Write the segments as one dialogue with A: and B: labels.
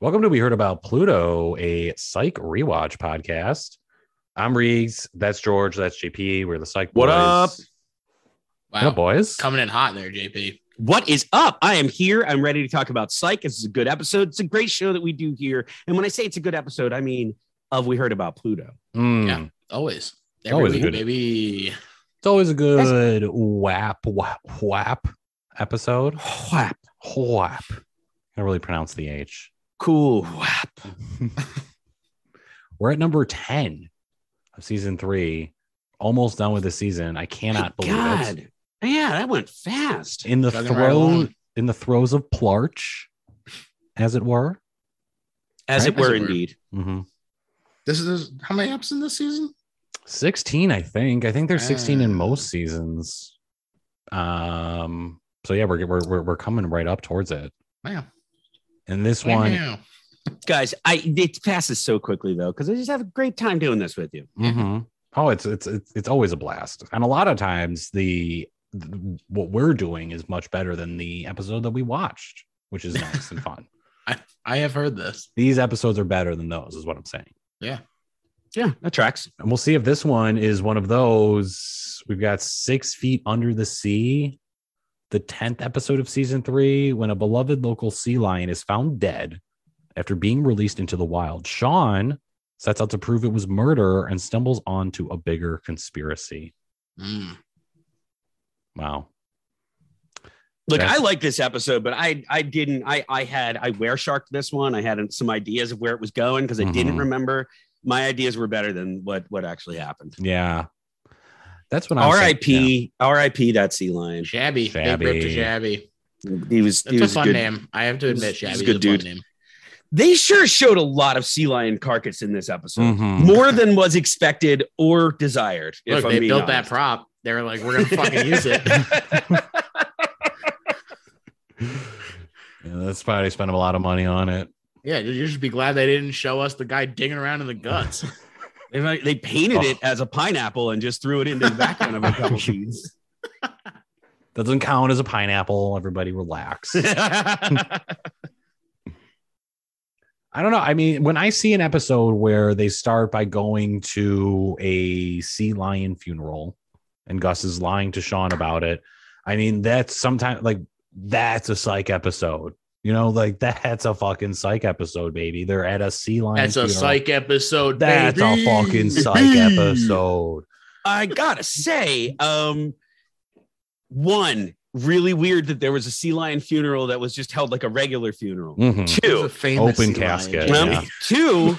A: Welcome to We Heard About Pluto, a psych rewatch podcast. I'm Reeves. That's George. That's JP. We're the psych.
B: What
A: boys.
B: up?
A: What up, boys?
C: Coming in hot there, JP.
B: What is up? I am here. I'm ready to talk about Psych. This is a good episode. It's a great show that we do here. And when I say it's a good episode, I mean of We Heard About Pluto.
A: Mm,
C: Yeah. Always. Every
A: Always a
C: week,
A: good-
C: baby.
A: It's always a good whap, whap, whap episode.
B: Whap.
A: Whap. I really pronounce the H.
B: Cool. Whap.
A: We're at number 10 of season three. Almost done with the season. I cannot
B: My
A: believe
B: God.
A: it.
B: Yeah, that went fast.
A: In the
C: Chugging right along.
A: throes, in the throes of Plarch, as it were.
B: As
A: Right?
B: it were,
C: As it were.
B: indeed.
A: Mm-hmm.
C: This is how many episodes in this season?
A: 16 i think i think there's 16 in
C: Ah.
A: most seasons um so yeah we're we're we're, we're coming right up towards it
C: Man.
A: and this one
C: Yeah.
B: Guys, I it passes so quickly though, because I just have a great time doing this with you.
A: mhm. oh it's, it's it's it's always a blast and a lot of times the, the what we're doing is much better than the episode that we watched which is nice and fun
C: I have heard this.
A: these episodes are better than those is what i'm saying
B: Yeah, that tracks.
A: and we'll see if this one is one of those. We've got Six Feet Under the Sea, the 10th episode of season three, when a beloved local sea lion is found dead after being released into the wild. Sean sets out to prove it was murder and stumbles onto a bigger conspiracy.
C: Mm.
A: Wow.
B: Look,
A: That's-
B: I like this episode, but I I didn't I I had I where sharked this one. I had some ideas of where it was going because I didn't
A: Mhm.
B: remember. My ideas were better than what what actually happened.
A: Yeah. That's what I'm saying. Yeah.
B: R.I.P. R.I.p. That sea lion.
C: Shabby. Big rip to
A: Shabby.
C: Shabby.
B: He was. He
C: That's a
B: was a
C: fun
B: good.
C: name. I have to
B: He's-
C: admit,
B: he's a
C: Shabby's a
B: good
C: good
B: dude.
C: name.
B: They sure showed a lot of sea lion carcass in this episode,
A: Mhm.
B: more than was expected or desired.
C: Look,
B: if I'm
C: they
B: being
C: built that
B: honest.
C: prop. They were like, we're going to fucking use it.
A: Yeah, that's why they spent a lot of money on it.
C: Yeah, you you should be glad they didn't show us the guy dinging around in the guts.
B: They, might- they painted
A: Oh.
B: it as a pineapple and just threw it into the background of a couple scenes.
A: Doesn't count as a pineapple. Everybody relax. I don't know. I mean, when I see an episode where they start by going to a sea lion funeral and Gus is lying to Sean about it, I mean, that's sometimes like that's a psych episode. You know, like that's a fucking psych episode, baby. They're at a sea lion.
C: That's a
A: funeral.
C: psych episode.
A: That's a
C: baby.
A: fucking psych
C: Baby.
A: episode.
B: I gotta say, um, one really weird that there was a sea lion funeral that was just held like a regular funeral.
A: Mhm.
C: He's
B: Two,
C: a famous
A: Open
C: sea lion,
A: casket,
C: Jimmy.
A: yeah.
B: two.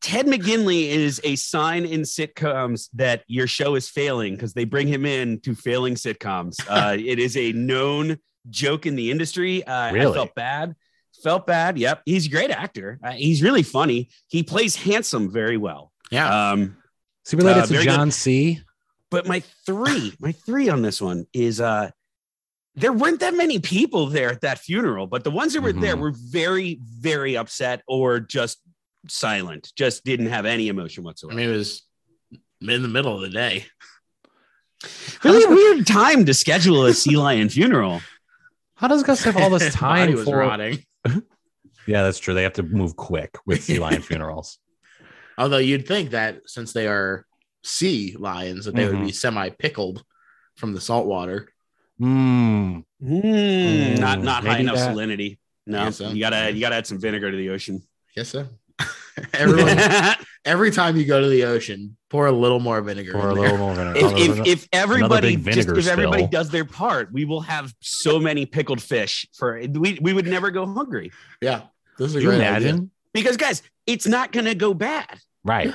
B: Ted McGinley is a sign in sitcoms that your show is failing because they bring him in to failing sitcoms. Uh, it is a known joke in the industry. Uh,
A: Really?
B: I felt bad. Felt bad. Yep. He's a great actor. Uh, he's really funny. He plays handsome very well.
C: Yeah.
B: Um,
A: Is he related
B: Uh,
A: to
B: very good.
A: John C?
B: but my three, my three on this one is uh there weren't that many people there at that funeral, but the ones that were there
A: Mhm.
B: were very, very upset or just silent, just didn't have any emotion
C: I
B: whatsoever.
C: mean, it was in the middle of the day.
B: really weird time to schedule a sea lion funeral.
A: How does Gus have all this
C: His body
A: time
C: was
A: for?
C: rotting.
A: Yeah, that's true. They have to move quick with sea lion funerals.
C: Although you'd think that since they are sea lions, that they
A: Mm-hmm.
C: would be semi pickled from the salt water.
A: Hmm.
B: Hmm, not not high
A: Mm, maybe
B: enough
A: that-
B: salinity. No,
C: Guess so.
B: you gotta you gotta add some vinegar to the ocean.
C: Yes, sir. Everyone, every time you go to the ocean, pour a little more vinegar.
A: Or a
C: in
A: little
C: there.
A: more vinegar. Oh,
B: if,
A: no,
B: if, if everybody
A: big
B: just if
A: vinegar
B: everybody
A: spill.
B: does their part, we will have so many pickled fish for we, we would never go hungry
C: Yeah. This is a
A: Can you
C: great
A: imagine?
C: idea.
B: because guys, it's not gonna go bad.
A: Right.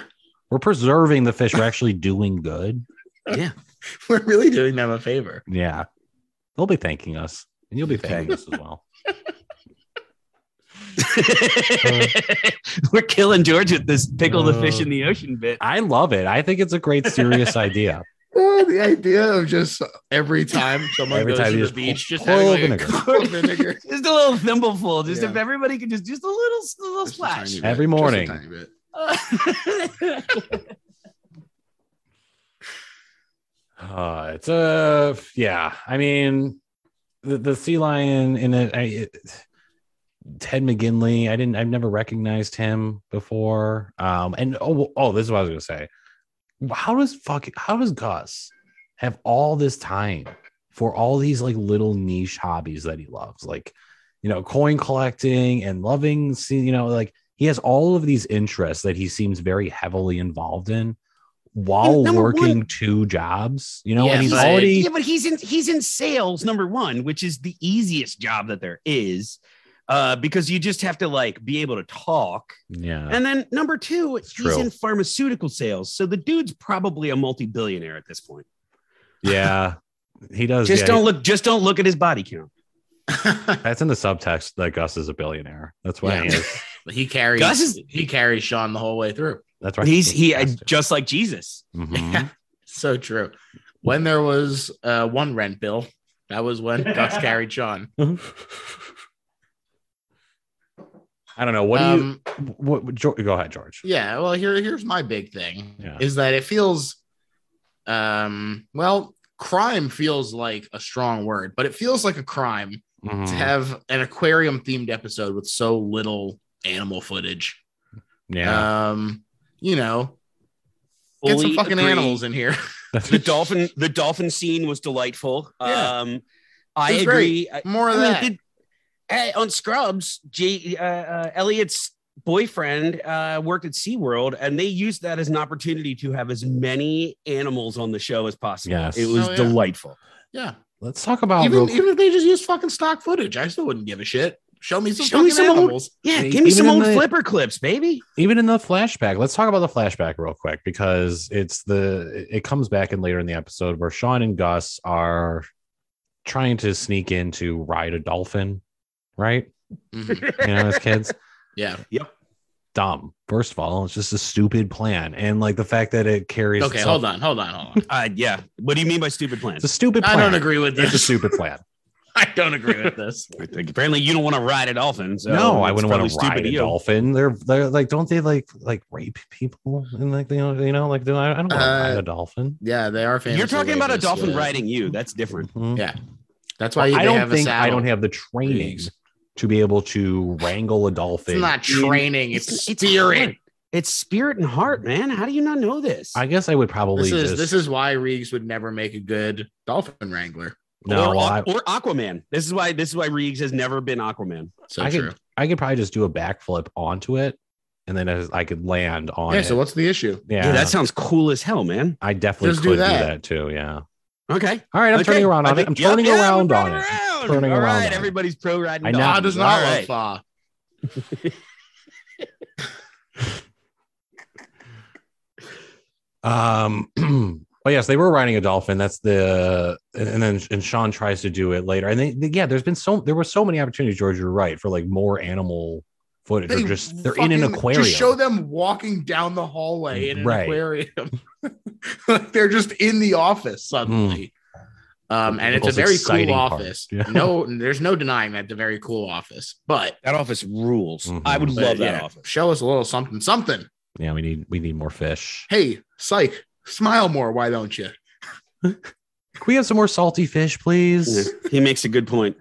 A: We're preserving the fish. We're actually doing good.
C: We're really doing them a favor.
A: Yeah. They'll be thanking us. And you'll be thanking us as well.
B: Uh, We're killing George with this pickle the fish in the ocean bit.
A: I love it. I think it's a great serious idea.
C: Oh, the idea of just every time someone
A: Every
C: goes
A: time
C: to
A: you
C: the
A: just
C: beach, just
A: pour a
C: having like
A: little
C: a cup of vinegar.
B: Just a little thimbleful. Just
C: Yeah.
B: if everybody could just just a little, a little
C: Just a
B: splash.
C: tiny bit,
A: Every
C: just a
A: morning.
C: tiny bit.
A: Uh, it's a yeah. I mean, the, the sea lion in it, I, it. Ted McGinley. I didn't. I've never recognized him before. Um, and oh, oh, this is what I was gonna say. How does fucking how does Gus have all this time for all these like little niche hobbies that he loves, like you know, coin collecting and loving? See, you know, like he has all of these interests that he seems very heavily involved in while
B: And number
A: working
B: one-
A: two jobs. You know,
C: Yeah,
A: and he's
C: but-
A: already
B: Yeah, but he's in he's in sales number one, which is the easiest job that there is, uh, because you just have to like be able to talk.
A: yeah.
B: And then number two,
A: It's
B: he's
A: true.
B: in pharmaceutical sales, so the dude's probably a multi billionaire at this point.
A: Yeah. He does.
B: Just
A: yeah,
B: don't look. Just don't look at his body count.
A: he- that's in the subtext that Gus is a billionaire. That's why he
C: Yeah.
A: is.
C: But he carries
B: Gus is-
C: he carries Sean the whole way through.
A: That's right.
B: He's he I,
A: has to.
B: just like Jesus.
A: Mhm.
C: So true. When there was uh, one rent bill, that was when Gus carried Sean.
A: I don't know. What do
C: um,
A: you? What, what- Geor- go ahead, George.
C: Yeah, well, here here's my big thing
A: Yeah.
C: is that it feels, um, well, crime feels like a strong word, but it feels like a crime to
A: Mhm.
C: have an aquarium themed episode with so little animal footage.
A: Yeah.
C: Um, you know, get some
B: Fully
C: fucking
B: agree.
C: animals in here.
A: That's-
B: The dolphin the dolphin scene was delightful.
C: Yeah.
B: Um, I
C: It's
B: agree.
C: great.
B: I-
C: More of
B: I mean,
C: that.
B: did- eh, on Scrubs, J, uh, uh, Elliot's boyfriend uh, worked at SeaWorld, and they used that as an opportunity to have as many animals on the show as possible.
A: Yes.
B: It was
C: Oh, yeah.
B: delightful.
C: yeah,
A: Let's talk about
C: even
A: real-
C: even if they just used fucking stock footage, I still wouldn't give a shit. Show me some
B: Show
C: fucking
B: me some old-
C: animals.
B: Yeah,
A: Hey,
B: give
A: even
B: me some
A: in
B: old
A: the-
B: flipper clips, baby.
A: even in the flashback. Let's talk about the flashback real quick because it's the it comes back in later in the episode where Sean and Gus are trying to sneak in to ride a dolphin, right?
C: Mhm.
A: You know, as kids.
C: Yeah,
A: dumb. First of all, it's just a stupid plan, and like the fact that it carries.
C: okay,
A: itself-
C: hold on, hold on, hold on.
B: Uh, yeah. What do you mean by stupid plans?
A: It's a stupid.
C: I
A: Plan.
C: don't agree with
A: It's a
C: this.
A: stupid plan.
C: I don't agree with this.
B: Apparently, you don't want to ride a dolphin. So
A: no, I
B: it's
A: wouldn't want
B: probably
A: to
B: stupid
A: ride a
B: you.
A: dolphin. They're they're like, don't they like like rape people and like you know you know like I don't want to
C: Uh,
A: ride a dolphin.
C: Yeah, they are fans.
B: You're talking about a dolphin
C: yeah.
B: riding you. That's different.
A: Mhm.
C: Yeah, That's why
A: I
C: they
A: don't
C: have
A: think
C: a
A: I don't
C: saddle.
A: have the training
C: Jeez.
A: to be able to wrangle a dolphin.
C: It's not training. It's, steering.
B: heart. It's spirit and heart, man. How do you not know this?
A: I guess I would probably
C: This is
A: just
C: this is why Reeves would never make a good dolphin wrangler.
A: no.
B: or,
A: well, I,
B: or Aquaman. This is why this is why Reeves has never been Aquaman.
C: So
A: I
C: true.
A: could I could probably just do a backflip onto it, and then I, I could land on
C: Yeah.
A: it.
C: So what's the issue?
A: yeah,
B: Dude, that sounds cool as hell, man.
A: I definitely
C: Just
A: could
C: do
A: do that.
C: that.
A: too. Yeah.
B: Okay.
A: All right, I'm
B: Okay.
A: turning around
B: I
A: on it.
B: think-
A: I'm
B: yep,
A: turning
B: yeah, we're
A: around on
B: turning
A: it.
B: around.
A: Turning
B: All
A: around
B: right,
A: on it.
B: everybody's pro riding.
A: I know.
C: Nah,
B: dogs.
C: does not
B: All
C: love
B: right.
C: Fa.
A: Um. oh yes, they were riding a dolphin. That's the and, and then and Sean tries to do it later. And they, they- yeah, there's been so there were so many opportunities. George, you're right for like more animal footage.
C: They
A: or just they're in an
C: fucking-
A: aquarium.
C: Just show them walking down the hallway in an
A: Right.
C: aquarium. Like, they're just in the office suddenly. Um, and it's a
A: Most
C: very
A: Hmm. exciting
C: cool
A: part.
C: office.
A: Yeah.
C: No, there's no denying that. The very cool office, but,
B: That office rules.
A: Mhm.
B: I would
C: but,
B: love that
C: yeah,
B: office.
C: Show us a little something, something.
A: Yeah, we need we need more fish.
C: Hey, psych, smile more. Why don't you?
A: Can we have some more salty fish, please?
B: He makes a good point.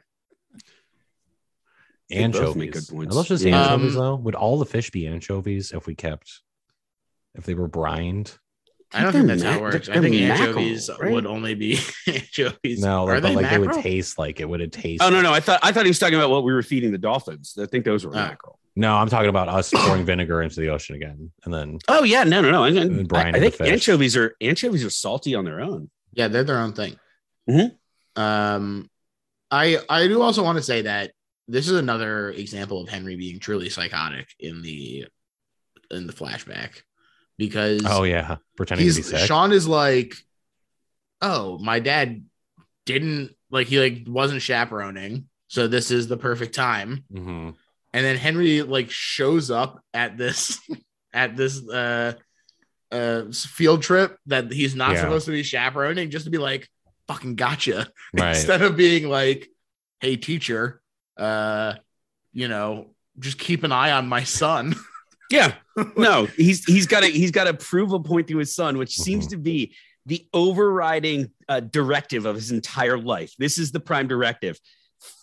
B: They both
A: anchovies.
B: make good points.
A: I love just
B: Yeah.
A: anchovies
C: Um,
A: though. Would all the fish be anchovies if we kept if they were brined?
C: I don't
B: They're
C: think that's how it
B: mac-
C: works. I
B: they're
C: think
B: mackerel,
C: anchovies
B: right?
C: would only be anchovies.
A: No, like,
C: Are
A: but
C: they
A: like they
C: mackerel?
A: would taste like it. Would it taste?
B: Oh no, no. I thought I thought he was talking about what we were feeding the dolphins. I think those were
C: Oh.
A: Ah.
B: mackerel.
A: No, I'm talking about us pouring vinegar into the ocean again, and then
B: Oh yeah, no, no, no. I,
A: And
B: I,
A: brine
B: I
A: of the
B: think
A: fish.
B: anchovies are anchovies are salty on their own.
C: Yeah, they're their own thing.
B: Mhm.
A: Mm-hmm.
C: Um, I I do also want to say that this is another example of Henry being truly psychotic in the in the flashback because
A: oh yeah, pretending to be
C: he's
A: sick.
C: Sean is like, oh, my dad didn't like he like wasn't chaperoning, so this is the perfect time.
A: Mhm.
C: and then henry like shows up at this at this uh uh field trip that he's not
A: Yeah.
C: supposed to be chaperoning just to be like fucking gotcha
A: Right.
C: instead of being like hey teacher uh you know just keep an eye on my son
B: Yeah. No, he's he's got to he's got to prove a point to his son,
C: Mm-hmm.
B: which seems to be the overriding uh, directive of his entire life. This is the prime directive.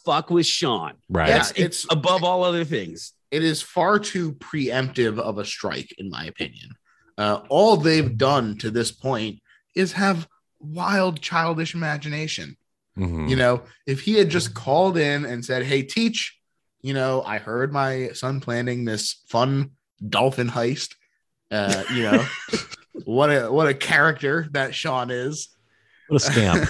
B: fuck with Sean.
A: Right.
C: Yeah,
B: That's
C: it's
B: above all other things.
C: it is far too preemptive of a strike, in my opinion. Uh, all they've done to this point is have wild, childish imagination.
A: Mhm.
C: You know, if he had
A: Hmm.
C: just called in and said, "Hey, teach," you know, I heard my son planning this fun dolphin heist. Uh, you know, what a what a character that Sean is.
A: What a scamp.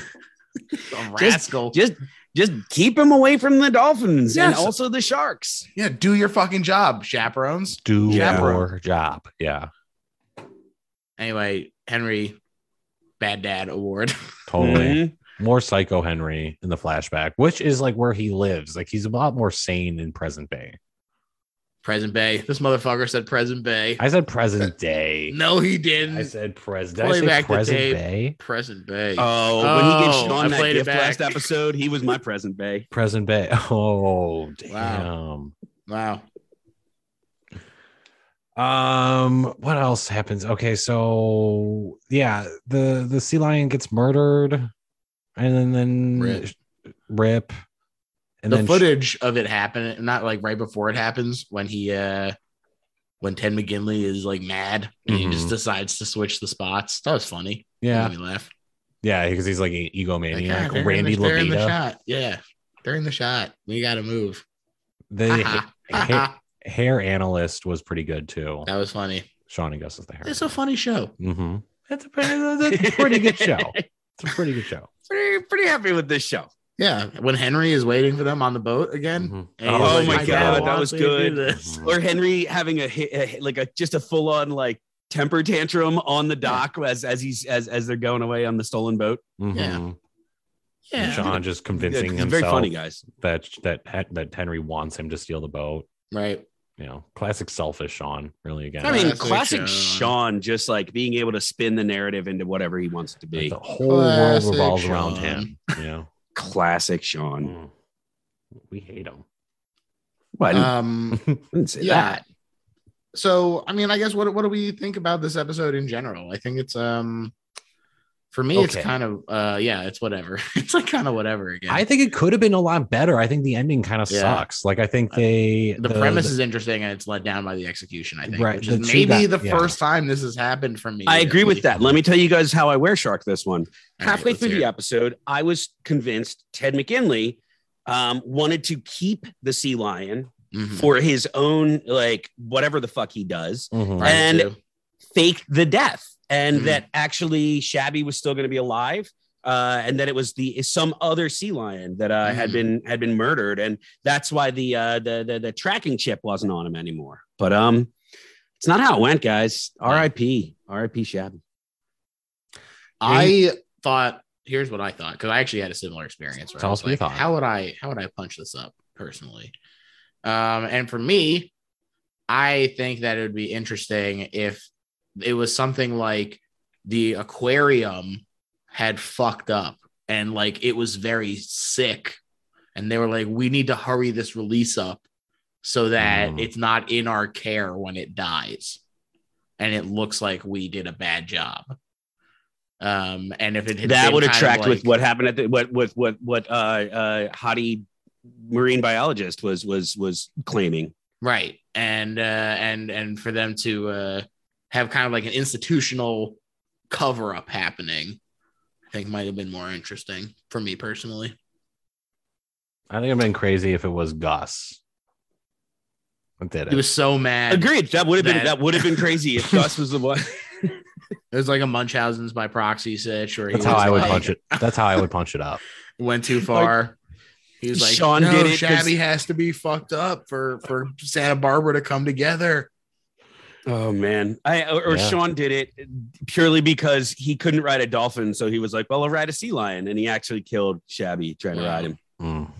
C: A rascal.
B: Just just keep him away from the dolphins and
C: Yes.
B: also the sharks.
C: yeah, do your fucking job, chaperones.
A: Do
C: Yeah.
A: your job. Yeah.
C: Anyway, Henry, bad dad award.
A: Totally.
B: Mhm.
A: More psycho Henry in the flashback, which is like where he lives. Like he's a lot more sane in present day.
C: Present Bay. This motherfucker said Present Bay.
A: I said present day.
C: no, he didn't.
A: I said present. Did I
C: Play
A: say
C: back the
A: present
C: tape.
A: day?
C: Present Bay.
B: Oh, when he
C: Oh,
B: gave
C: I
B: Sean that
C: played it
B: gift
C: back.
B: last episode, he was my present bay.
A: Present day. Oh damn.
C: wow.
A: Um, what else happens? Okay, so yeah, the the sea lion gets murdered, and then then
C: Rip.
A: Rip. and
C: the
A: then
C: footage of it happening, not like right before it happens, when he uh when Ted McGinley is like mad and he just
A: Mhm.
C: decides to switch the spots. That was funny.
A: yeah,
C: Made me laugh.
A: yeah, because he's like an
C: Like,
A: egomaniac,
C: ah, they're in
A: Randy
C: the, they're in the
A: Levita.
C: shot. Yeah. They're in the shot. We gotta move.
A: The
C: Ha
A: ha-
C: ha.
A: hair,
C: Ha
A: analyst was pretty good too.
C: ha. that was funny.
A: Sean and Gus is the hair.
C: It's a funny show.
A: mm-hmm. That's a pretty, that's a pretty good show. It's a pretty good show.
B: pretty, pretty happy with this show.
C: Yeah. When Henry is waiting for them on the boat again.
A: Mhm.
C: and
A: Oh
C: he's
A: my
C: "I
A: God,
C: don't
A: that
C: want
B: was
C: you to do
B: good.
C: this."
A: Mhm.
B: Or Henry having a, hi- a hi- like a just a full on like temper tantrum on the dock as as he's as as they're going away on the stolen boat.
C: Yeah.
A: Mhm.
C: Yeah.
A: Sean just
B: Yeah,
A: convincing
B: it's
A: himself
B: very funny, guys.
A: that that that Henry wants him to steal the boat.
C: Right.
A: you know, classic selfish Sean, really again.
B: I mean,
C: Classic
B: classic
C: Sean.
B: Sean, just like being able to spin the narrative into whatever he wants it to
A: Like,
B: be.
A: the whole
C: Classic
A: world revolves
C: Sean.
A: around him. You know,
B: Classic Sean.
A: Mm. we hate him.
B: Well, I didn't-
C: Um,
B: I didn't say
C: yeah.
B: that.
C: so I mean, I guess what what do we think about this episode in general? I think it's um for me it's
A: Okay.
C: kind of uh yeah, it's whatever. it's like kind of whatever again.
A: I think it could have been a lot better. I think the ending kind of
C: Yeah.
A: sucks. Like, I think they
C: the, premise is interesting and it's let down by the execution, I think.
A: Right,
C: Which
A: the
C: is
A: two
C: maybe
A: guy-
C: the
A: yeah.
C: first time this has happened for me.
B: I
C: at
B: agree with
C: least.
B: that. Let me tell you guys how I wear shark this one.
C: All right,
B: halfway
C: let's
B: through
C: hear
B: the
C: it.
B: episode, I was convinced Ted McKinley um, wanted to keep the sea lion
A: Hmm.
C: Mhm.
B: for his own, like whatever the fuck he does,
A: Mhm.
C: Mine
B: and-
C: too.
B: fake the death, and
C: Mhm.
B: that actually Shabby was still going to be alive. Uh, and that it was the some other sea lion that uh, had
C: Mhm.
B: been had been murdered, and that's why the, uh, the the the tracking chip wasn't on him anymore. But um, it's not how it went, guys. R.I.P. R.I.P. Shabby.
C: I thought here's what I thought because I actually had a similar experience. Where
A: Tell
C: I was
A: us what you
C: like,
A: thought.
C: How would I how would I punch this up personally? Um, and for me, I think that it would be interesting if it was something like the aquarium had fucked up and like it was very sick, and they were like, we need to hurry this release up so that
A: Mm.
C: it's not in our care when it dies and it looks like we did a bad job. Um, and if it had
B: that
C: been
B: would
C: kind of
B: attract
C: like-
B: with what happened at the what with what what uh uh hottie marine biologist was was was claiming
C: right, and uh, and and for them to uh, have kind of like an institutional cover up happening, I think might have been more interesting for me personally.
A: I think it'd been crazy if it was Gus. I did it.
C: He was so mad.
B: agreed that would have been
C: That-
B: that would have been crazy if gus was the one
C: It was like a Munchausen's by proxy sitch, or he
A: That's how
C: was
A: I would
C: like,
A: punch it. That's how I would punch it up.
C: Went too far. he was like,
B: Sean
C: "No,
B: did it 'cause-
C: Shabby has to be fucked up for for Santa Barbara to come together."
B: oh man i or, or
A: Yeah.
B: sean did it purely because he couldn't ride a dolphin so he was like well i'll ride a sea lion and he actually killed shabby trying to
C: Wow.
B: ride him
A: Mm.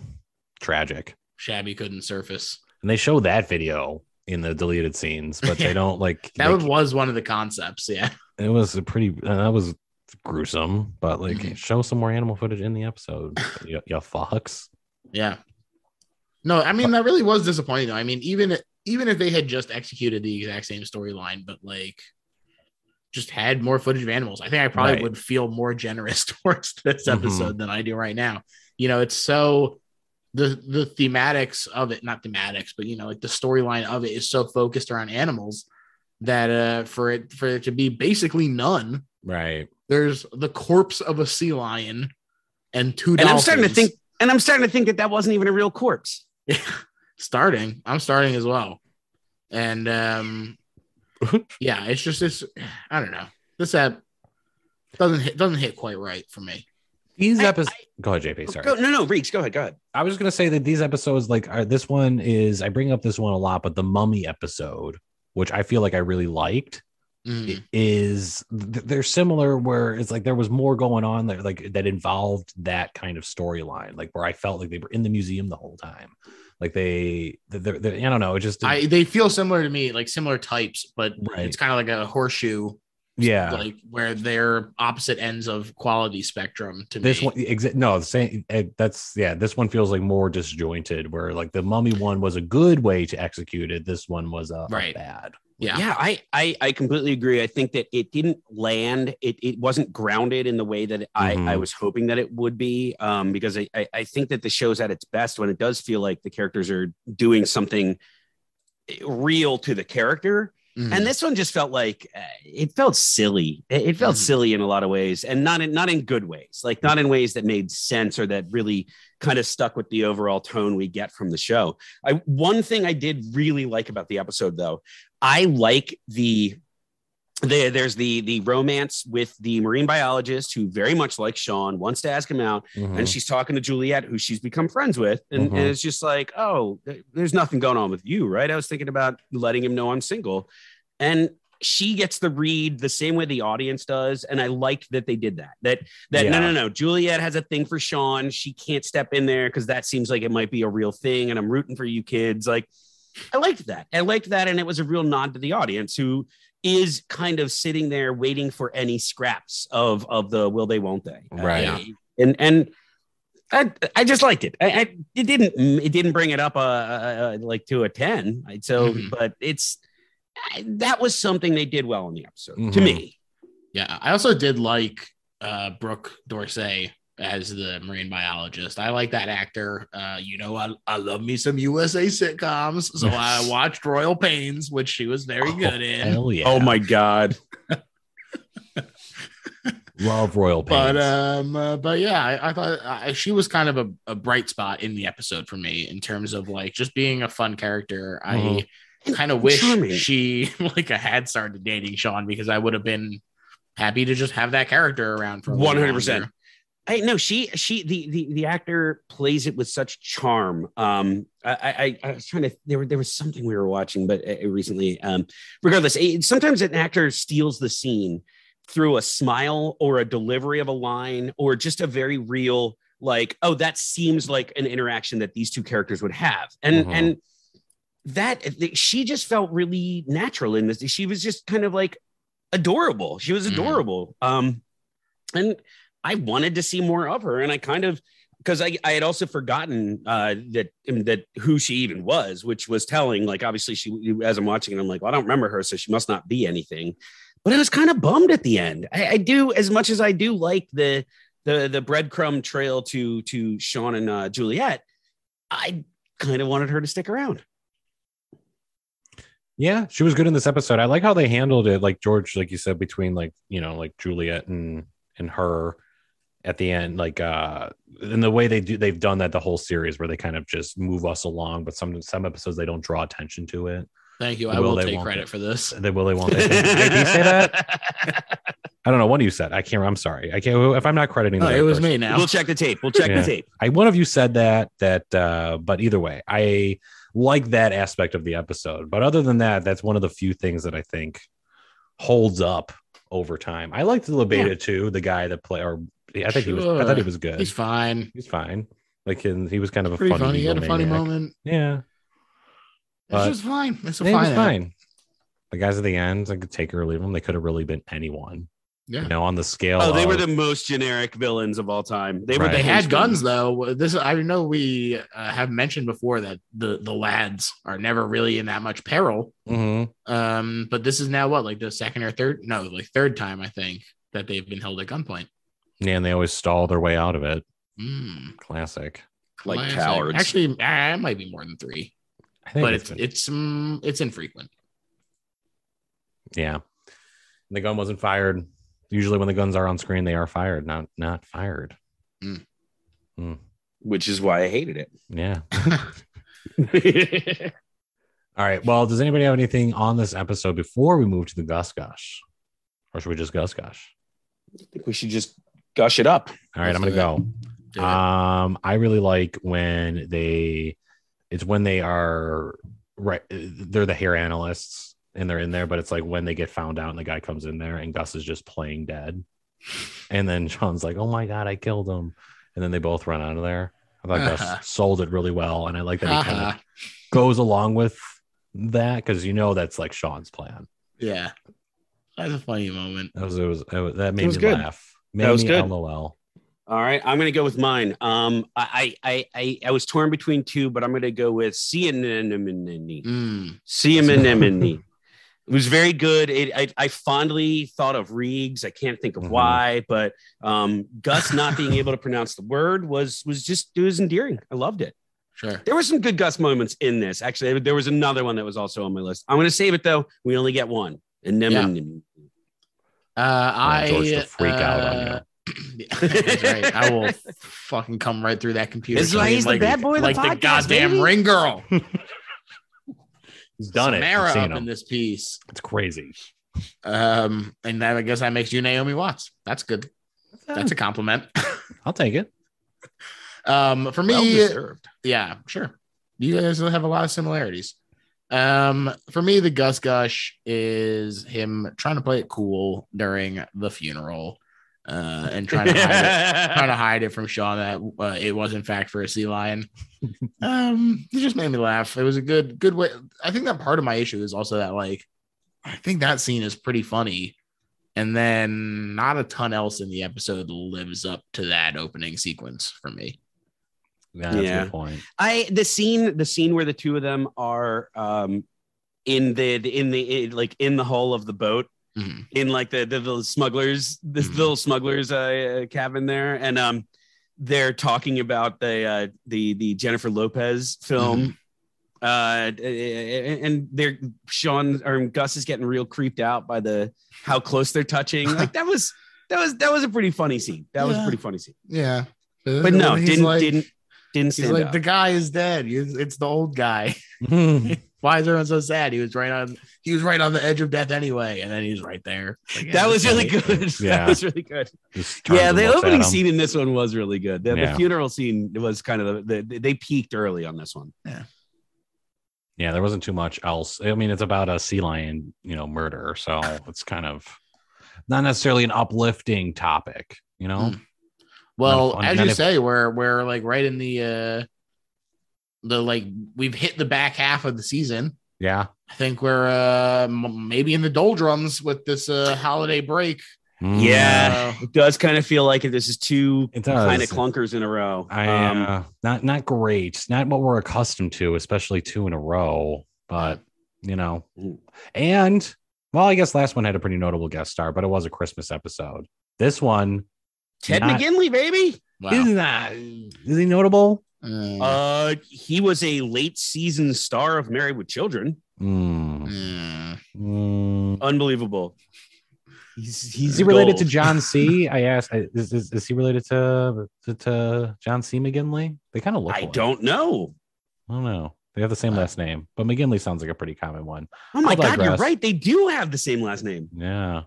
A: Tragic.
C: Shabby couldn't surface.
A: And they show that video in the deleted scenes, but they don't like.
C: That
A: they
C: was was one of the concepts. Yeah.
A: it was a pretty uh, that was gruesome but like
C: Mhm.
A: show some more animal footage in the episode you, you fucks
C: Yeah. No, I mean that really was disappointing though. I mean, even even if they had just executed the exact same storyline, but like just had more footage of animals, I think I probably
A: Right.
C: would feel more generous towards this
A: Mhm.
C: episode than I do right now. You know, it's so the the thematics of it, not thematics, but you know, like the storyline of it is so focused around animals that uh for it for it to be basically none.
A: Right.
C: There's the corpse of a sea lion and two
B: And I'm starting to
C: dolphins.
B: think, and I'm starting to think that that wasn't even a real corpse.
C: starting. I'm starting as well. And um yeah, it's just this I don't know. This app doesn't hit doesn't hit quite right for me.
A: These
B: I-
A: episodes. Go ahead, JP. Sorry.
B: Go, no, no, Reeks, go ahead, go ahead.
A: I was gonna say that these episodes, like are, this one, is I bring up this one a lot, but the mummy episode, which I feel like I really liked,
C: Mm.
B: Mm-hmm.
A: i- is th- they're similar. Where it's like there was more going on there, like that involved that kind of storyline, like where I felt like they were in the museum the whole time, like they, they're, they're, I don't know, it just
C: I they feel similar to me, like similar types, but
A: Right.
C: it's kind of like a horseshoe,
A: yeah.
C: like where they're opposite ends of quality spectrum. To
A: this
C: me.
A: one exa- no the same eh, that's yeah this one feels like more disjointed where like the mummy one was a good way to execute it this one was a, a
C: Right.
A: bad
C: yeah,
B: yeah I, I i completely agree i think that it didn't land it, it wasn't grounded in the way that i
A: Mhm.
C: Mm-hmm.
B: i was hoping that it would be um because I, I i think that the show's at its best when it does feel like the characters are doing something real to the character
C: Mhm.
B: and this one just felt like uh, it felt silly it, it felt
C: Mhm.
B: silly in a lot of ways and not in not in good ways like not in ways that made sense or that really kind of stuck with the overall tone we get from the show i one thing i did really like about the episode though i like the the, there's the the romance with the marine biologist who very much like Sean wants to ask him out
A: Mm-hmm.
B: and she's talking to Juliet, who she's become friends with, and, and
A: Mhm.
B: it's just like, oh, th- there's nothing going on with you, right? I was thinking about letting him know I'm single, and she gets the read the same way the audience does, and I liked that they did that. That that no,
A: Yeah.
B: no, no, Juliet has a thing for Sean. She can't step in there because that seems like it might be a real thing, and I'm rooting for you kids. Like, I liked that. I liked that, and it was a real nod to the audience who is kind of sitting there waiting for any scraps of of the will they won't they
A: Right.
B: Uh, and and I, I just liked it. I, I it didn't it didn't bring it up uh, uh, uh, like to a ten. I'd So,
C: Mhm.
B: but it's I, that was something they did well in the episode to
A: Mhm.
B: me.
C: yeah. I also did like uh, Brooke Dorsey as the marine biologist. I like that actor. Uh, you know, I, I love me some USA sitcoms, so I watched Royal Pains, which she was very good in.
A: hell yeah
B: Oh god!
A: love royal pains
C: But um, uh, but yeah, I, I thought I, she was kind of a, a bright spot in the episode for me in terms of like just being a fun character.
A: Mhm.
C: I kind of wish
B: Charming.
C: she like had started dating Sean because I would have been happy to just have that character around for a little
B: 100%.
C: longer.
B: I no, she she the the the actor plays it with such charm. Um, I I, I was trying to there were, there was something we were watching, but uh, recently, um, regardless, it, sometimes an actor steals the scene through a smile or a delivery of a line or just a very real like oh that seems like an interaction that these two characters would have and
A: Mhm.
B: and that she just felt really natural in this she was just kind of like adorable she was
C: Mhm.
B: adorable um and i wanted to see more of her and i kind of because I, I had also forgotten uh, that I mean, that who she even was, which was telling. Like obviously, she as I'm watching it, I'm like, well, I don't remember her, so she must not be anything but I was kind of bummed at the end. I, I do as much as I do like the the the breadcrumb trail to to Sean and uh, Juliet. I kind of wanted her to stick around.
A: yeah she was good in this episode i like how they handled it like george like you said between like you know like juliet and and her at the end like uh in the way they do they've done that the whole series where they kind of just move us along but some some episodes they don't draw attention to it
C: Thank you.
A: The
C: I
A: Will
C: will
A: They
C: take
A: Won't
C: credit
A: They.
C: for this.
A: they will they won't they. Did you say that I don't know. One of you said. I can't. I'm sorry. I can't. If I'm not crediting,
C: No,
A: the
C: Oh, it
A: right
C: was
A: person.
C: me now.
B: We'll check the tape. We'll check
A: Yeah.
B: the tape.
A: I one of you said that. That. uh But either way, I like that aspect of the episode. But other than that, that's one of the few things that I think holds up over time. I liked the Lebeda too. The guy that play or I think he was. I thought he
C: Sure.
A: was good.
C: He's
A: He's,
C: fine.
A: fine. Like and he was kind of a
C: Pretty
A: funny.
C: funny. He had a funny
A: egomaniac.
C: moment.
A: Yeah, But-
C: it's just fine. It's a
A: it was
C: fine. act.
A: fine. The guys at the end, I could take or leave them. They could have really been anyone.
C: Yeah.
A: You know, on the scale.
B: Oh, they were
A: of-
B: the most generic villains of all time. They were.
A: Right.
B: the
C: They had
B: henchman.
C: guns though. This I know we uh, have mentioned before that the the lads are never really in that much peril.
A: Mhm.
C: Um, but this is now what like the second or third? No, like third time I think that they've been held at gunpoint.
A: Yeah, and they always stall their way out of it.
C: Mm,
A: Classic.
B: like
C: Lion Slayer.
B: cowards.
C: Actually, ah, it might be more than three,
A: I think
C: but it's
A: been-
C: it's um, it's infrequent.
A: yeah. And the gun wasn't fired. Usually, when the guns are on screen, they are fired, not not fired.
C: Mm.
A: Mm.
B: which is why I hated it.
A: Yeah.
B: I
A: All right. Well, does anybody have anything on this episode before we move to the Gus Gosh, or should we just Gus Gosh?
B: think we should just gush it up.
A: All right,
C: Let's
A: I'm gonna
C: do
A: go.
C: Dude,
A: Um, I really like when they, it's when they are right. They're the hair analysts and they're in there, but it's like when they get found out and the guy comes in there and Gus is just playing dead, and then Sean's like, "Oh my god, I killed him," and then they both run out of there. I thought
C: Uh-huh.
A: Gus sold it really well, and I like that he kind
C: haha.
A: of goes along with that because you know that's like Sean's plan.
C: yeah, that's a funny moment.
A: That was it was, it was that made
B: was
A: me
B: good.
A: laugh. Made
B: was
A: me
B: good.
A: LOL.
B: All right, I'm going to go with mine. Um, I, I, I, I was torn between two, but I'm going to go with C and Anemone.
C: Mm,
B: C and Anemone. It was very good. It, I, I fondly thought of Reegs. I can't think of
C: Mm-hmm.
A: Mhm.
B: why, but um, Gus not being able to pronounce the word was was just it was endearing. I loved it.
C: sure.
B: There were some good Gus moments in this. Actually, there was another one that was also on my list. I'm going to save it though. We only get one. Anemone.
C: Uh, I
A: George to freak out on you.
C: uh, that's right. I will fucking come right through that computer.
B: That's why he's the
C: like,
B: bad boy of the
C: like
B: podcast,
C: goddamn
B: baby.
C: ring girl.
A: He's done it.
C: Samara
A: I've seen
C: up in
A: him.
C: this piece.
A: It's crazy.
C: Um, and that I guess that makes you Naomi Watts. That's good.
B: Oh.
C: That's a compliment.
A: I'll take it.
C: Um, for
B: Well
C: me,
B: deserved.
C: yeah, sure. You guys have a lot of similarities. Um, for me, the Gus Gush is him trying to play it cool during the funeral, uh, and trying to hide it trying to hide it from Sean that uh, it was in fact for a sea lion. um, it just made me laugh. It was a good good way. I think that part of my issue is also that like I think that scene is pretty funny, and then not a ton else in the episode lives up to that opening sequence for me.
A: Yeah, that's a
B: Yeah.
A: good point.
B: I the scene the scene where the two of them are um in the in the in, like in the hull of the boat
C: Mhm.
B: in like the the little smugglers this
C: Mhm.
B: little smugglers uh, uh, cabin there and um they're talking about the uh the the Jennifer Lopez
C: Mm-hmm.
B: film uh and they're Sean or Gus is getting real creeped out by the how close they're touching like that was that was that was a pretty funny scene that was a
C: Yeah.
B: pretty funny scene
C: Yeah,
B: but no didn't didn't didn't
C: He's
B: stand
C: like
B: up.
C: the guy is dead. He's, it's the old guy.
A: Mhm.
C: Why is everyone so sad? He was right on. He was right on the edge of death anyway, and then he's right there. It's like, yeah,
B: that
C: this
B: was really
C: guy-
B: good.
A: Yeah.
B: That was really good.
A: Just turns
B: Yeah,
A: and
B: the
A: looks at
B: opening
A: him.
B: scene in this one was really good. The, the
A: Yeah.
B: funeral scene was kind of the, the they peaked early on this one.
A: Yeah, there wasn't too much else. I mean, it's about a sea lion, you know, murder. So it's kind of not necessarily an uplifting topic, you know?
C: Mm. Well,
A: fun.
C: as
A: Not
C: you
A: if-
C: say, we're we're like right in the uh the like we've hit the back half of the season.
A: Yeah.
C: I think we're uh m- maybe in the doldrums with this uh holiday break.
A: Mm.
B: Yeah.
C: Uh,
B: It does kind of feel like it. This is two
A: It does.
B: kind of clunkers in a row. Um,
A: I, uh, not not great. Not what we're accustomed to, especially two in a row. But you know,
B: Mm.
A: and well, I guess last one had a pretty notable guest star, but it was a Christmas episode. This one
B: Ted
A: not-
B: McGinley, baby.
C: wow.
A: is not. Is he notable?
C: Mm,
B: Uh, he was a late season star of Married with Children.
A: Mm.
B: Uh,
C: mm.
A: Mm.
B: Unbelievable. He's he's
A: Is he related to
B: gold.
A: John C? I asked. I- Is, is, is he related to, to to John C. McGinley? They kind of look.
B: I
A: alike.
B: don't Uh, know.
A: I don't know. They have the same last name, but McGinley sounds like a pretty common one.
B: Oh my
A: I'll
B: god, you're
A: digress.
B: right. They do have the same last name.
A: Yeah.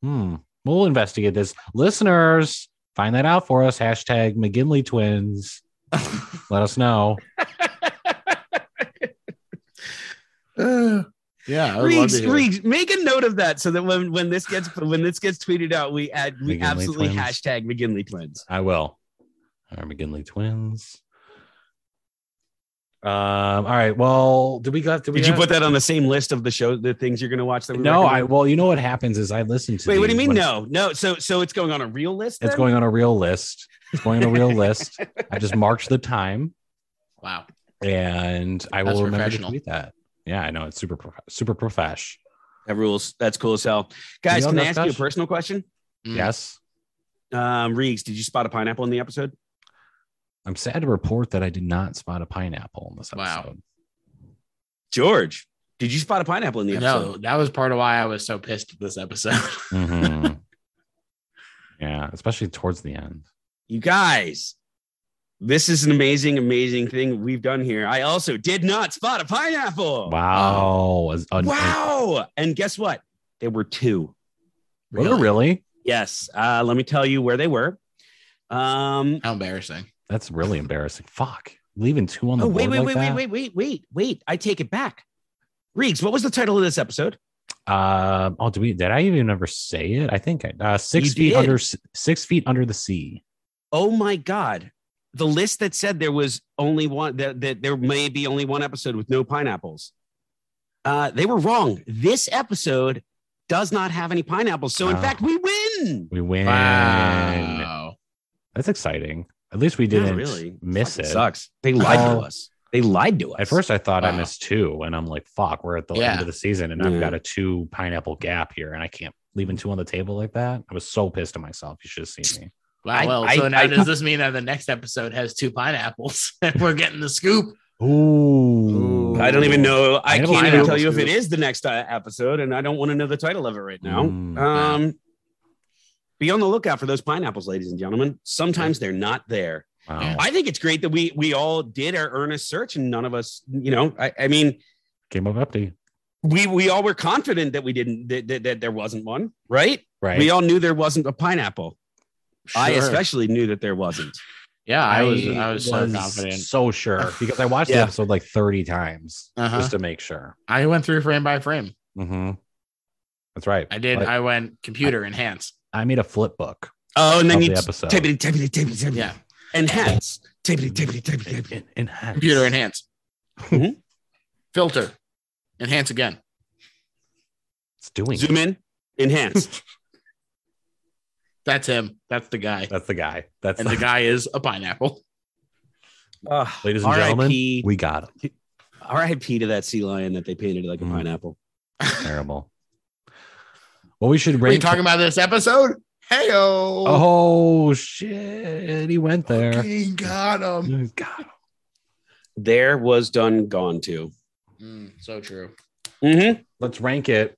A: Hmm. We'll investigate this, listeners. Find that out for us. Hashtag McGinley twins. Let us know.
C: Uh, yeah, I would love to
B: Reeves,
C: hear.
B: Reeves, make a note of that so that when, when this gets when this gets tweeted out, we add we
A: McGinley
B: absolutely
A: twins.
B: hashtag McGinley twins.
A: I will. Our McGinley twins. Um. All right. Well, did we got? Did, we
B: Did you
A: got-
B: put that on the same list of the show, the things you're going to watch? That we
A: No. I.
B: recommend?
A: Well, you know what happens is I listen to.
B: wait. What do you
A: these
B: mean?
A: when-
B: No, no. So so it's going on a real list.
A: It's
B: then?
A: going on a real list. It's going on a real list. I just marked the time,
C: Wow.
A: and I
C: That's
A: will remember to
C: professional.
A: tweet that. Yeah, I know it's super prof- super profesh.
B: That rules. That's cool as hell, guys.
A: You
B: Can I
A: know,
B: ask you a
A: Josh?
B: personal question?
C: Mm.
A: Yes,
B: Um, Reeves, did you spot a pineapple in the episode?
A: I'm sad to report that I did not spot a pineapple in this
C: Wow.
A: episode.
B: George, did you spot a pineapple in the
C: No,
B: episode?
C: that was part of why I was so pissed at this episode.
A: Mhm. yeah, especially towards the end.
B: You guys, this is an amazing, amazing thing we've done here. I also did not spot a
C: Oh.
B: pineapple.
A: Wow. As- un-
B: Wow. And guess what? There were two.
A: Were there really?
B: Yes. Uh, let me tell you where they were. Um,
C: How embarrassing.
A: That's really embarrassing. Fuck. Leaving two on the
B: oh,
A: board
B: wait, wait,
A: like
B: wait,
A: that?
B: wait, wait, wait, wait, wait. I take it back. Reegs, what was the title of this episode?
A: Um, oh, did we? Did I even ever say it? I think I uh, six
B: You
A: feet
B: did.
A: under six feet under the sea.
B: Oh my God. The list that said there was only one, that, that there may be only one episode with no pineapples. Uh, they were wrong. This episode does not have any pineapples. So, in
A: Ah.
B: fact, we win.
A: We win.
C: Wow.
A: That's exciting. At least we didn't
B: Yeah, really
A: miss
B: Fucking
A: it.
B: Sucks. They lied
A: Oh.
B: to us. They lied to us.
A: At first, I thought I
C: Wow.
A: missed two, and I'm like, "Fuck, we're at the
C: Yeah.
A: end of the season, and I've
B: Yeah.
A: got a two pineapple gap here, and I can't leaving two on the table like that." I was so pissed at myself. You should have seen me.
C: Wow.
B: I-
C: well,
B: I-
C: so now
B: I-
C: does this mean that the next episode has two pineapples and we're getting the scoop?
A: Ooh,
B: I don't even know. I
A: Pineapple
B: can't even
A: Pineapple
B: tell you if
C: Scoop.
B: it is the next uh, episode, and I don't want to know the title of it right now.
A: Mm,
B: um, be on the lookout for those pineapples, ladies and gentlemen. Sometimes they're not there.
A: Wow.
C: Yeah.
B: I think it's great that we we all did our earnest search, and none of us, you know, I, I mean,
A: Game of empty.
B: we we all were confident that we didn't that, that, that there wasn't one, right?
A: Right.
B: We all knew there wasn't a pineapple. I
C: Sure.
B: especially knew that there wasn't.
C: Yeah, I was. I was, so confident.
A: so sure because I watched the
B: Yeah.
A: episode like 30 times
C: Uh-huh.
A: just to make sure.
C: I went through frame by frame.
A: Mm-hmm. That's right.
C: I did.
A: Like, I,
C: I went computer enhance.
A: made a flip book
B: Oh, and then
A: of
B: you
A: the
B: just
A: episode.
B: tape it, tape it, tape it, tape it.
C: Yeah,
B: and hats. Tape it, tape it, tape it, tape it.
A: En- enhance.
C: computer enhance.
B: Mhm.
C: Filter, enhance again.
A: It's doing. it.
B: Zoom in, enhance.
C: That's him. That's the guy.
A: That's the guy. That's
C: And the guy is a pineapple.
B: Ugh.
A: Ladies and gentlemen,
B: RIP,
A: we got him.
B: R.I.P. to that sea lion that they painted like a
A: Mm.
B: pineapple.
A: Terrible. Well, we should
C: Are you
A: rank.
C: talking about this episode? Heyo.
A: oh shit! He went there.
C: Fucking got him.
A: Mm, God.
B: There was done gone to.
C: Mm, so true.
B: Mm-hmm.
A: Let's rank it.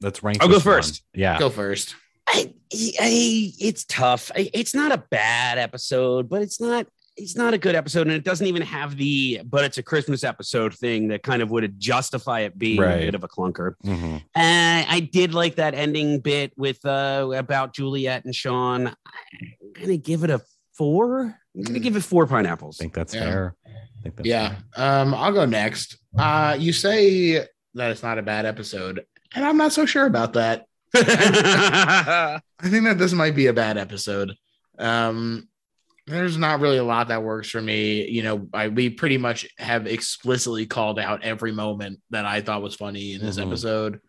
A: Let's rank.
B: I'll go
A: this one.
B: first.
A: Yeah.
C: Go first.
B: I, I, it's tough. I, it's not a bad episode, but it's not. It's not a good episode, and it doesn't even have the "but it's a Christmas episode" thing that kind of would justify it being
A: Right.
B: a bit of a clunker.
A: Mhm.
B: Uh, I did like that ending bit with uh, about Juliet and Sean. I'm gonna give it a four. I'm gonna
C: Mm.
B: give it four
A: I
B: pineapples.
A: think that's
C: Yeah.
A: fair. I think that's
C: yeah.
A: fair.
C: Um, I'll go next. Uh, you say that it's not a bad episode, and I'm not so sure about that. I think that this might be a bad episode. Um, there's not really a lot that works for me. You know, I we pretty much have explicitly called out every moment that I thought was funny in this
A: Mhm.
C: episode.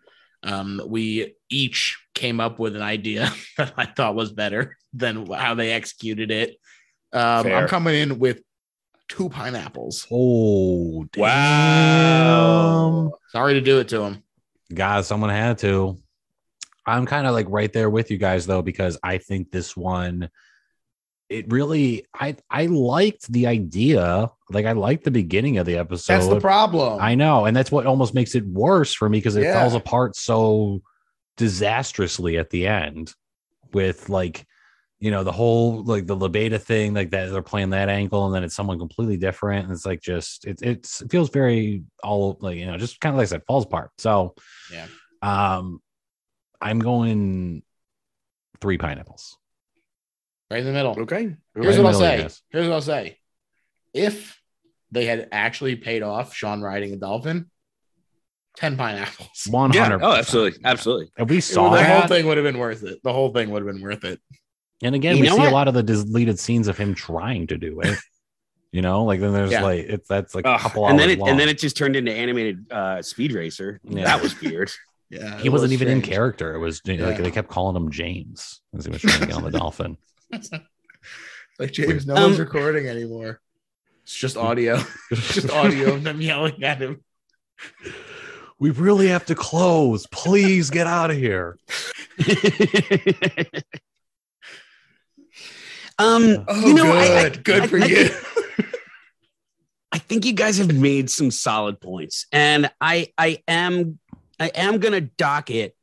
C: Um, we each came up with an idea that I thought was better than how they executed it. Um, I'm
B: Fair.
C: coming in with two pineapples.
A: Oh
B: Wow.
C: Sorry to do it to him.
A: God, someone had to. I'm kind of like right there with you guys though, because I think this one, it really, I I liked the idea. Like I liked the beginning of the episode.
C: That's the problem.
A: I know, and that's what almost makes it worse for me because it
C: Yeah.
A: falls apart so disastrously at the end with like you know the whole like the Lebeda thing like that they're playing that angle and then it's someone completely different and it's like just it it's, it feels very all like you know just kind of like I said falls apart so
C: Yeah.
A: um I'm going three pineapples
C: right in the middle.
B: okay.
A: Right
C: Here's
A: in
C: what
A: the
C: I'll
A: middle, you
C: say.
A: guys.
C: Here's what I'll say. If they had actually paid off Sean riding a dolphin, ten pineapples.
A: one
B: Yeah.
A: hundred
B: Oh, absolutely. Absolutely.
A: and we
C: the
A: saw
C: whole
A: that
C: thing would have been worth it. The whole thing would have been worth it.
A: And again,
B: You
A: we see
B: know
A: a
B: what?
A: lot of the deleted scenes of him trying to do it. you know, like then there's
C: Yeah.
A: like it's that's like a
B: Ugh.
A: couple hours
B: and then it
A: long.
B: and then it just turned into animated uh, Speed Racer.
A: Yeah.
B: That was weird.
C: Yeah,
A: he wasn't even in character. It was you know, like
C: Yeah.
A: they kept calling him James as he was trying to get on the dolphin.
C: Like
A: James,
C: James, no
B: one's
C: one's recording anymore. It's just audio. just audio of them yelling at him.
A: we really have to close. Please get out of here.
B: Um,
C: Oh,
B: you know, I, I,
C: good. good for
B: I- I
C: you.
B: I think you guys have made some solid points, and I I am I am gonna dock it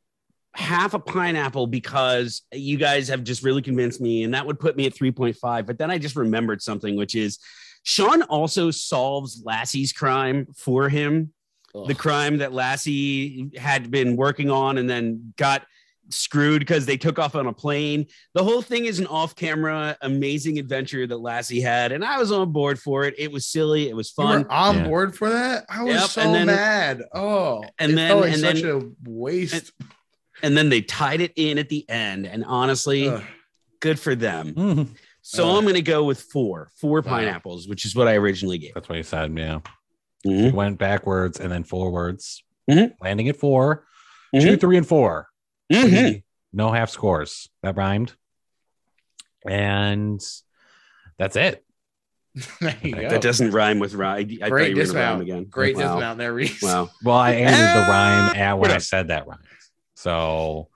B: half a pineapple because you guys have just really convinced me, and that would put me at three point five. But then I just remembered something, which is Sean also solves Lassie's crime for him the
C: Ugh.
B: crime that Lassie had been working on and then got screwed because they took off on a plane. The whole thing is an off camera, amazing adventure that Lassie had. And I was on board for it. It was silly. It was
C: You
B: fun.
C: were on
A: Yeah.
C: board for that? I was
B: Yep,
C: so
B: and then-
C: mad. Oh,
B: and
C: it
B: then-
C: felt like
B: and
C: such a waste.
B: And then they tied it in at the end. And honestly,
C: Ugh.
B: good for them.
A: Mhm.
B: So
C: Ugh.
B: I'm going to go with four, four
C: Wow.
B: pineapples, which is what I originally gave.
A: That's what he said. Yeah.
C: Mm-hmm.
B: Mhm.
A: Went backwards and then forwards,
B: Mhm.
A: landing at 4
B: Mhm.
A: two, three, and 4
B: Mhm.
A: Easy. No half scores. That rhymed. And that's it.
C: there you go.
B: That doesn't rhyme with rhyme. I
C: Great
B: thought you were gonna rhyme
C: dismount.
B: again.
C: Great
B: Wow.
C: dismount there, Reese.
B: Wow.
A: Well, I added the rhyme at when
B: What
A: I
B: up?
A: said that rhyme. So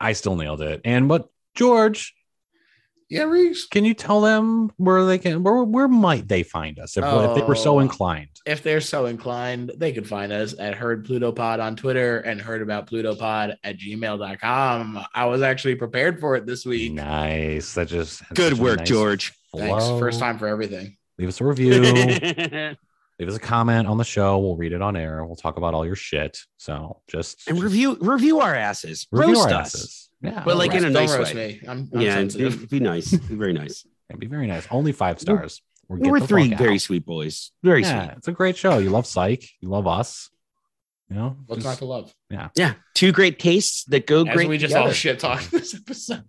A: I still nailed it. And what George,
C: Yeah, Reese.
A: can you tell them where they can where where might they find us if, if they were so
C: Oh.
A: inclined?
C: If they're so inclined, they could find us at Heard Pluto Pod on Twitter and Heard About Pluto Pod at gmail.com. I was actually prepared for it this week.
A: Nice. That just that's
B: Good
A: such a
B: work,
A: nice
B: George.
C: Thanks.
A: flow.
C: First time for everything.
A: Leave us a review. leave us a comment on the show. We'll read it on air. We'll talk about all your shit. So just
B: and
A: just
B: review review our asses,
A: review
B: roast
A: our
B: us.
A: asses. Yeah,
B: But,
A: but like
B: like, in a
C: Don't
B: nice
C: roast
B: way.
C: me. I'm, I'm
B: Yeah, and be,
C: sensitive.
B: be nice, be very nice.
A: it'd be very nice. Only five stars. We're,
B: We're three very sweet boys, very
A: Yeah,
B: sweet.
A: it's a great show. You love Psych. You love us. You know,
C: What's
A: just-
C: not to love?
B: Yeah, two great tastes that go
C: As
B: great.
C: we just all shit talked this episode.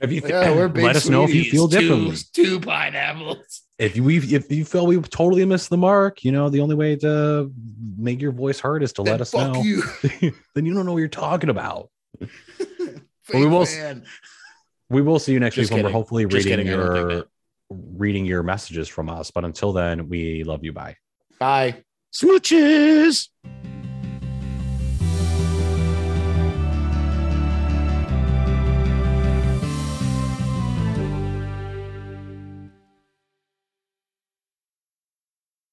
A: if you
C: Yeah, we're big
A: let us know if you
C: sweeties.
A: feel
C: Two-
A: differently.
C: Two pineapples.
A: If we if you feel we totally missed the mark, you know the only way to make your voice heard is to
C: Then
A: let us
C: fuck
A: know.
C: you.
A: then you don't know what you're talking about.
C: Fake
A: we will s-
C: fan.
A: We will see you next
C: Just
A: week when we're
C: kidding.
A: hopefully
C: Just
A: reading
C: kidding, I don't think
A: your reading your messages from us. But until then, we love you. Bye.
C: Bye.
B: Smooches.